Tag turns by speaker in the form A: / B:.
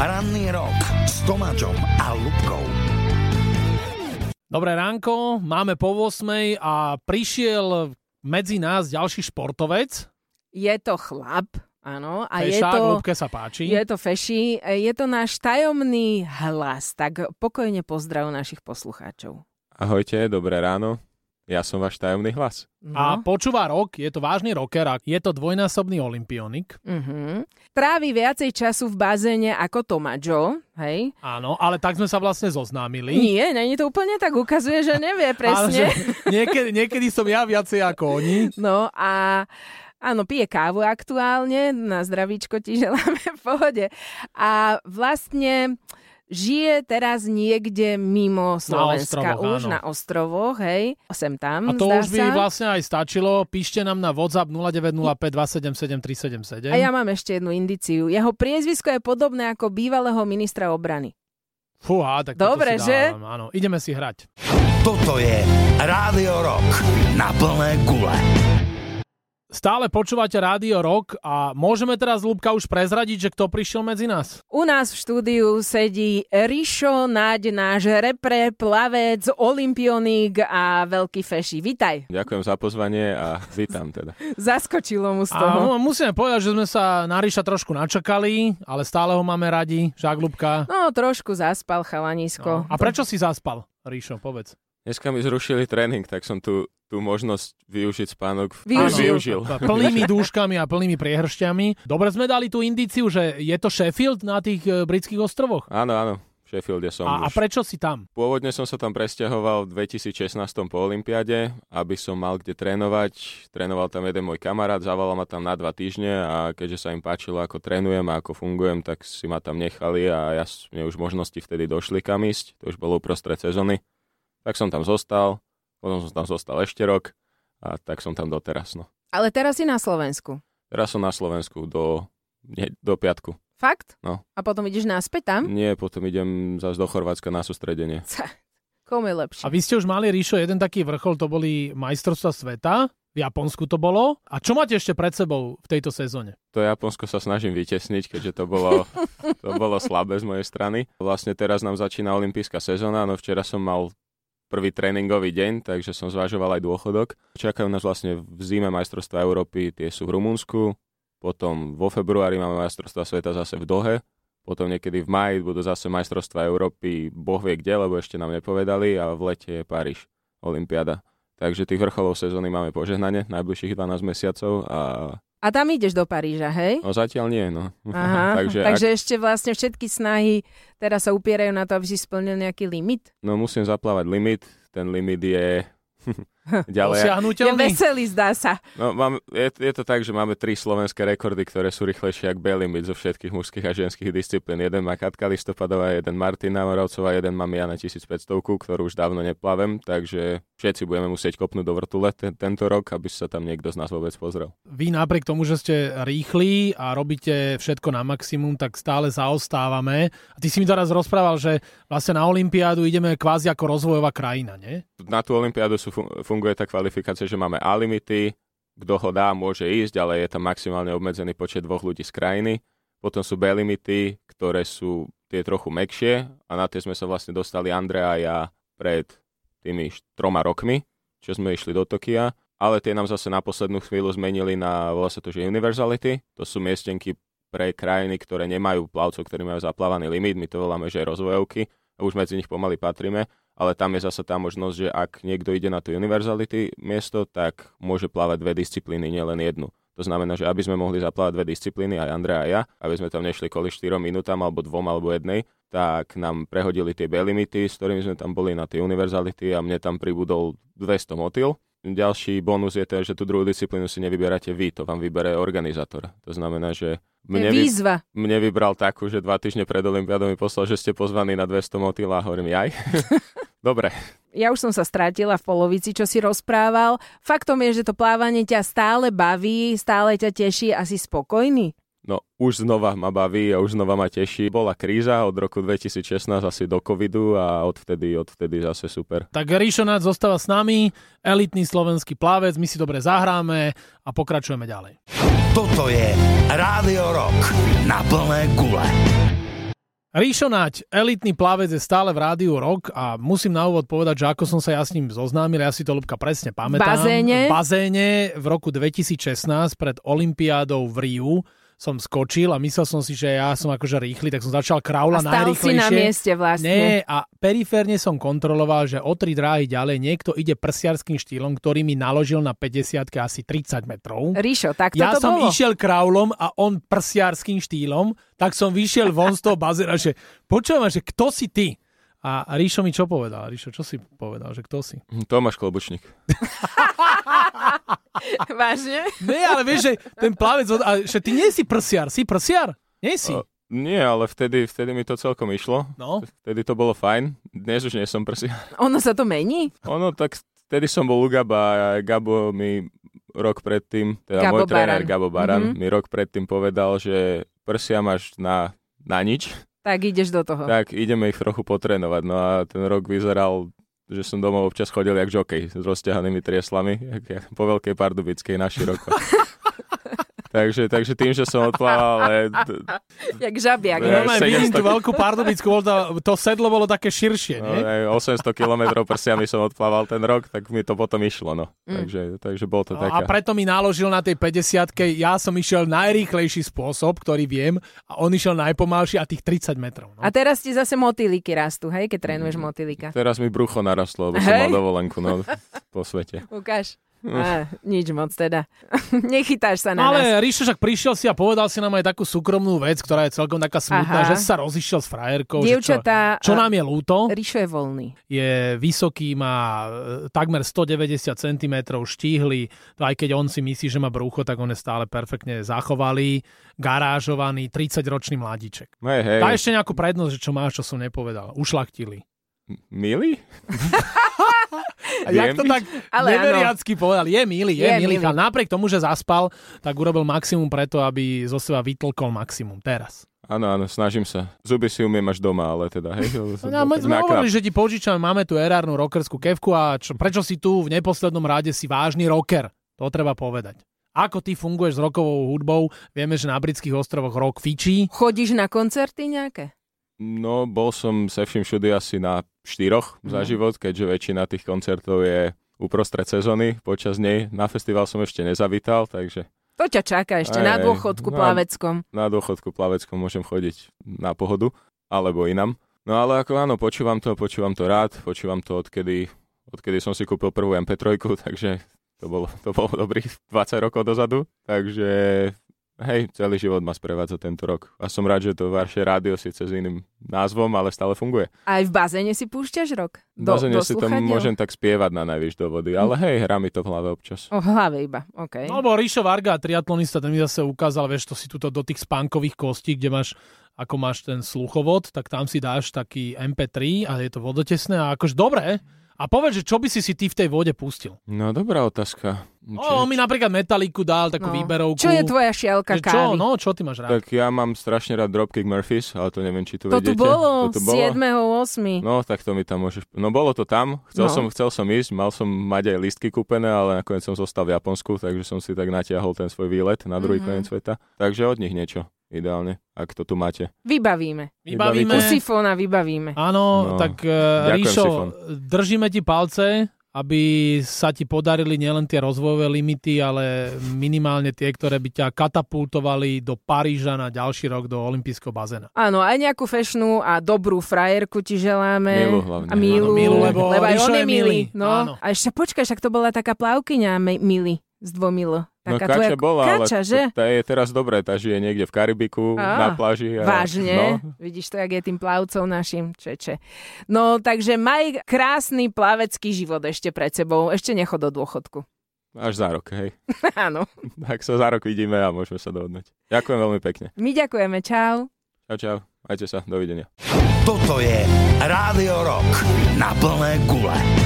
A: Ranný rok s Tomáčom a Lubkou.
B: Dobré ránko, máme po 8 a prišiel medzi nás ďalší športovec.
C: Je to chlap, áno. A je
B: Fešák,
C: to,
B: Lubke sa páči.
C: je to feši. E, Je to náš tajomný hlas. Tak pokojne pozdrav našich poslucháčov.
D: Ahojte, dobré ráno. Ja som váš tajomný hlas.
C: No,
B: A počúva rok, je to vážny rocker a je to dvojnásobný olimpionik.
C: Uh-huh. Trávi viacej času v bazéne ako Tomáčo, hej?
B: Áno, ale tak sme sa vlastne zoznámili.
C: Nie, není to úplne tak, ukazuje, že nevie
B: Ale že
C: presne.
B: niekedy, niekedy som ja viacej ako oni.
C: No a áno, pije kávu aktuálne, na zdravíčko ti želáme v pohode. A vlastne žije teraz niekde mimo Slovenska,
B: ostrovoch,
C: už
B: áno.
C: na ostrovoch, hej, sem
B: A
C: tam,
B: to
C: zdá
B: už by
C: sa.
B: vlastne aj stačilo. Píšte nám na WhatsApp 0905 277 377.
C: A ja mám ešte jednu indiciu. Jeho priezvisko je podobné ako bývalého ministra obrany.
B: Fúha, tak
C: Dobre,
B: toto si
C: že?
B: Dávam, áno, ideme si hrať.
A: Toto je Rádio Rok na plné gule.
B: Stále počúvate Rádio Rock a môžeme teraz, Lubka, už prezradiť, že kto prišiel medzi nás?
C: U nás v štúdiu sedí Rišo Naď, náš repre, plavec, olimpionik a veľký feši. Vitaj.
D: Ďakujem za pozvanie a vítam teda.
C: Zaskočilo mu z toho.
B: A mu- musíme povedať, že sme sa na Ríša trošku načakali, ale stále ho máme radi, žák Lubka.
C: No, trošku zaspal chalanisko.
B: No. A prečo si zaspal, Ríšo, povedz.
D: Dneska mi zrušili tréning, tak som tu, tú možnosť využiť spánok v-
C: Využil.
D: využil.
B: Plnými dúškami a plnými priehršťami. Dobre sme dali tú indíciu, že je to Sheffield na tých e, britských ostrovoch.
D: Áno, áno, v Sheffielde som
B: A, a
D: už.
B: prečo si tam?
D: Pôvodne som sa tam presťahoval v 2016 po Olympiade, aby som mal kde trénovať. Trénoval tam jeden môj kamarát, zavolal ma tam na dva týždne a keďže sa im páčilo, ako trénujem a ako fungujem, tak si ma tam nechali a ja, s- mne už možnosti vtedy došli kam ísť. To už bolo uprostred sezóny. Tak som tam zostal, potom som tam zostal ešte rok a tak som tam doteraz. No.
C: Ale teraz si na Slovensku.
D: Teraz som na Slovensku do, nie, do piatku.
C: Fakt?
D: No.
C: A potom ideš naspäť tam?
D: Nie, potom idem zase do Chorvátska na sústredenie.
C: Ca, komu je lepšie?
B: A vy ste už mali, Ríšo, jeden taký vrchol, to boli majstrovstva sveta, v Japonsku to bolo. A čo máte ešte pred sebou v tejto sezóne?
D: to Japonsko sa snažím vytesniť, keďže to bolo, to bolo slabé z mojej strany. Vlastne teraz nám začína olympijská sezóna, no včera som mal prvý tréningový deň, takže som zvažoval aj dôchodok. Čakajú nás vlastne v zime majstrovstvá Európy, tie sú v Rumunsku, potom vo februári máme majstrovstvá sveta zase v Dohe, potom niekedy v maji budú zase majstrovstvá Európy, boh vie kde, lebo ešte nám nepovedali a v lete je Paríž, Olympiáda. Takže tých vrcholov sezóny máme požehnanie, najbližších 12 mesiacov a
C: A tam ideš do Paríža, hej?
D: No zatiaľ nie, no.
C: Aha, takže,
D: takže
C: takže
D: Ak,
C: ešte vlastne všetky snahy teraz sa upierajú na to, aby si splnil nejaký limit.
D: no musím zaplávať limit, ten limit je ďalej.
C: Je
B: Dosiahnuteľný?
C: veselý, zdá sa.
D: No, mám, je, je to tak, že máme tri slovenské rekordy, ktoré sú rýchlejšie ako B-limit zo všetkých mužských a ženských disciplín. Jeden má Katka Listopadová, jeden Martina Moravcová, jeden mám ja na 1500, ktorú už dávno neplavem, takže všetci budeme musieť kopnúť do vrtule ten, tento rok, aby sa tam niekto z nás vôbec pozrel.
B: Vy napriek tomu, že ste rýchli a robíte všetko na maximum, tak stále zaostávame. A ty si mi teraz rozprával, že vlastne na Olympiádu ideme kvázi ako rozvojová krajina, nie?
D: na tú olympiádu sú, fun- funguje tá kvalifikácia, že máme A limity, kto ho dá, môže ísť, ale je tam maximálne obmedzený počet dvoch ľudí z krajiny. Potom sú B limity, ktoré sú tie trochu mekšie a na tie sme sa vlastne dostali Andrea a ja pred tými št- troma rokmi, čo sme išli do Tokia, ale tie nám zase na poslednú chvíľu zmenili na, volá sa to, že Universality, to sú miestenky pre krajiny, ktoré nemajú plavcov, ktorí majú zaplávaný limit, my to voláme, že rozvojovky, a už medzi nich pomaly patríme, ale tam je zase tá možnosť, že ak niekto ide na tú univerzality miesto, tak môže plávať dve disciplíny, nielen jednu. To znamená, že aby sme mohli zaplávať dve disciplíny, aj Andrea a ja, aby sme tam nešli kvôli 4 minútam, alebo dvom, alebo jednej, tak nám prehodili tie B-limity, s ktorými sme tam boli na tie univerzality a mne tam pribudol 200 motil. Ďalší bonus je ten, že tú druhú disciplínu si nevyberáte vy, to vám vybere organizátor. To znamená, že
C: To je
D: mne, vy,
C: výzva.
D: mne vybral takú, že dva týždne pred Olympiádou mi poslal, že ste pozvaní na 200 motil a hovorím jaj. Dobre,
C: Ja už som sa strátila v polovici, čo si rozprával. Faktom je, že to plávanie ťa stále baví, stále ťa teší a si spokojný.
D: no už znova ma baví a už znova ma teší. Bola kríza od roku 2016 asi do covidu a odvtedy, odvtedy zase super.
B: Tak Ríšo nás zostáva s nami, elitný slovenský plavec, my si dobre zahráme a pokračujeme ďalej.
A: Toto je Rádio Rok na plné gule.
B: Ríšo Nať, elitný plavec je stále v rádiu Rock a musím na úvod povedať, že ako som sa ja s ním zoznámil, ja si to Lubka presne pamätám.
C: bazéne.
B: V bazéne v roku 2016 pred Olympiádou v Riu som skočil a myslel som si, že ja som akože rýchly, tak som začal kraula
C: A stal si na
B: najrýchlejšie.
C: mieste vlastne.
B: Nie, a periférne som kontroloval, že o tri dráhy ďalej niekto ide prsiarským štýlom, ktorý mi naložil na 50 asi 30 metrov.
C: Ríšo, tak
B: ja
C: toto
B: som
C: bolo.
B: išiel kraulom a on prsiarským štýlom, tak som vyšiel von z toho bazéna, že počúvam, že kto si ty? A Ríšo mi čo povedal? Ríšo, čo si povedal, že kto si?
D: Hm, Tomáš Klobučník.
C: Vážne?
B: Ne, ale vieš, že ten plavec, od- a, že ty nie si prsiar, si prsiar? Nie si.
D: O, Nie, ale vtedy, vtedy mi to celkom išlo.
B: No,
D: Vtedy to bolo fajn. Dnes už nie som prsia.
C: Ono sa to mení?
D: Ono, tak vtedy som bol u Gaba a Gabo mi rok predtým, teda
C: Gabo
D: môj tréner
C: Baran.
D: Gabo Baran,
C: Mhm.
D: mi rok predtým povedal, že prsia máš na, na nič,
C: Tak ideš do toho.
D: tak ideme ich trochu potrénovať. No a ten rok vyzeral že som domov občas chodil jak žokej s rozťahanými trieslami, jak, jak po veľkej pardubickej na široko. takže, takže tým, že som odplával, ale t-
C: Jak žabiak. no.
D: Ja,
B: normálne
D: e, sedem
B: vidím tú
D: sto-
B: veľkú pardubickú, bolo to, to sedlo bolo také širšie,
D: no,
B: nie?
D: aj 800 kilometrov prsiami som odplával ten rok, tak mi to potom išlo. No.
C: Mm.
D: Takže, takže bol to
B: No, a
D: taká...
B: preto mi naložil na tej 50 ja som išiel najrýchlejší spôsob, ktorý viem, a on išiel najpomalší a tých 30 metrov. No.
C: A teraz ti zase motýliky rastú, hej, keď trénuješ motýlika.
D: Teraz mi brucho narastlo, lebo som
C: Hej.
D: mal dovolenku no, po svete.
C: Ukáž. Á, nič moc teda. Nechytáš sa
B: No
C: na nás.
B: ale Ríšo však prišiel si a povedal si nám aj takú súkromnú vec, ktorá je celkom taká smutná,
C: Aha.
B: že si sa rozišiel s frajerkou. že
C: Dievčatá, e,
B: Čo, čo
C: a-
B: nám je ľúto,
C: Ríšo je voľný.
B: je vysoký, má e, takmer 190 cm, štíhly, aj keď on si myslí, že má brúcho, tak on je stále perfektne zachovalý, garážovaný, 30-ročný mladíček.
D: No Hej, hej,
B: Daj ešte nejakú prednosť, že čo máš, čo som nepovedal. Ušlaktili.
D: milý?
B: A jak to
D: byť?
B: tak
C: Ale áno.
B: neveriacky povedal. Je milý, je,
C: Je
B: milý.
C: milý.
B: Ale napriek tomu, že zaspal, tak urobil maximum preto, aby zo seba vytlkol maximum. Teraz.
D: Áno, áno, snažím sa. Zuby si umiem až doma, ale teda, hej. lebo som
B: No,
D: bol
B: my
D: tak
B: sme
D: nakráp.
B: hovorili, že ti požičam, máme tu erárnu rockerskú kevku a čo, prečo si tu v neposlednom rade si vážny rocker? To treba povedať. Ako ty funguješ s rokovou hudbou? Vieme, že na britských ostrovoch rock fičí.
C: Chodíš na koncerty nejaké?
D: No, bol som se vším všudy asi na štyroch
B: Mhm.
D: za život, keďže väčšina tých koncertov je uprostred sezóny, počas nej. Na festival som ešte nezavítal, takže
C: To ťa čaká ešte na
D: Aj, aj.
C: dôchodku
D: No.
C: plaveckom.
D: na dôchodku plaveckom môžem chodiť na pohodu, alebo inam. No ale ako áno, počúvam to, počúvam to rád, počúvam to odkedy, odkedy som si kúpil prvú MP3, takže to bolo, to bolo dobrých 20 rokov dozadu, takže hej, celý život ma sprevádza tento rok. A som rád, že to vaše rádio síce s iným názvom, ale stále funguje.
C: Aj v bazéne si púšťaš rok? Do,
D: Bazene
C: do
D: si tam
C: sluchadiel? Hm.
D: môžem tak spievať na najvyš do vody, ale hej, hrá mi to v hlave občas.
C: O hlave iba, OK.
B: No lebo Ríšo Varga, triatlonista, ten mi zase ukázal, vieš, to si tuto do tých spánkových kostí, kde máš ako máš ten sluchovod, tak tam si dáš taký MP3 a je to vodotesné a akože dobre. A povedz, že čo by si si ty v tej vode pustil?
D: No dobrá otázka.
B: O, on mi napríklad Metaliku dal, takú
C: No.
B: výberovku.
C: Čo je tvoja
B: Že
C: šialka
B: čo,
C: kávy?
B: no, čo ty máš rád?
D: Tak ja mám strašne rád Dropkick Murphys, ale to neviem, či tu
C: to tu
D: vedete.
C: bolo, 7. 8.
D: No, tak to mi tam môžeš... No, bolo to tam, chcel,
C: No.
D: som, chcel som ísť, mal som mať aj listky kúpené, ale nakoniec som zostal v Japonsku, takže som si tak natiahol ten svoj výlet na druhý
C: Mhm.
D: koniec sveta. Takže od nich niečo, ideálne, ak to tu máte.
C: Vybavíme.
B: Vybavíme.
D: Ne.
C: U sifóna vybavíme.
B: Áno, no.
D: No.
B: tak uh,
D: Ďakujem,
B: Ríšo,
D: Sifon.
B: držíme ti palce, aby sa ti podarili nielen tie rozvojové limity, ale minimálne tie, ktoré by ťa katapultovali do Paríža na ďalší rok do olympijského bazéna.
C: Áno, aj nejakú fešnú a dobrú frajerku ti želáme.
D: Milu hlavne.
C: A Milu,
B: Áno, Milu, lebo
C: aj
B: Ríšo
C: on je
B: je
C: milý.
B: milý,
C: No.
B: áno.
C: A ešte počkaj, však to bola taká plavkyňa Me- Mili z dvomilo. Taká
D: no, Kača
C: tvoja...
D: bola,
C: Kača,
D: ale
C: že?
D: Tá je teraz dobré, tá žije niekde v Karibiku,
C: Á,
D: na pláži. A,
C: Vážne,
D: No,
C: vidíš to, jak je tým plavcom našim čeče. No, takže maj krásny plavecký život ešte pred sebou, ešte necho do dôchodku.
D: No, až za rok, hej.
C: Áno,
D: Tak sa za rok vidíme a môžeme sa dohodnúť. Ďakujem veľmi pekne.
C: my ďakujeme, čau.
D: Čau, čau. Majte sa. Dovidenia.
A: Toto je Rádio Rock na plné gule.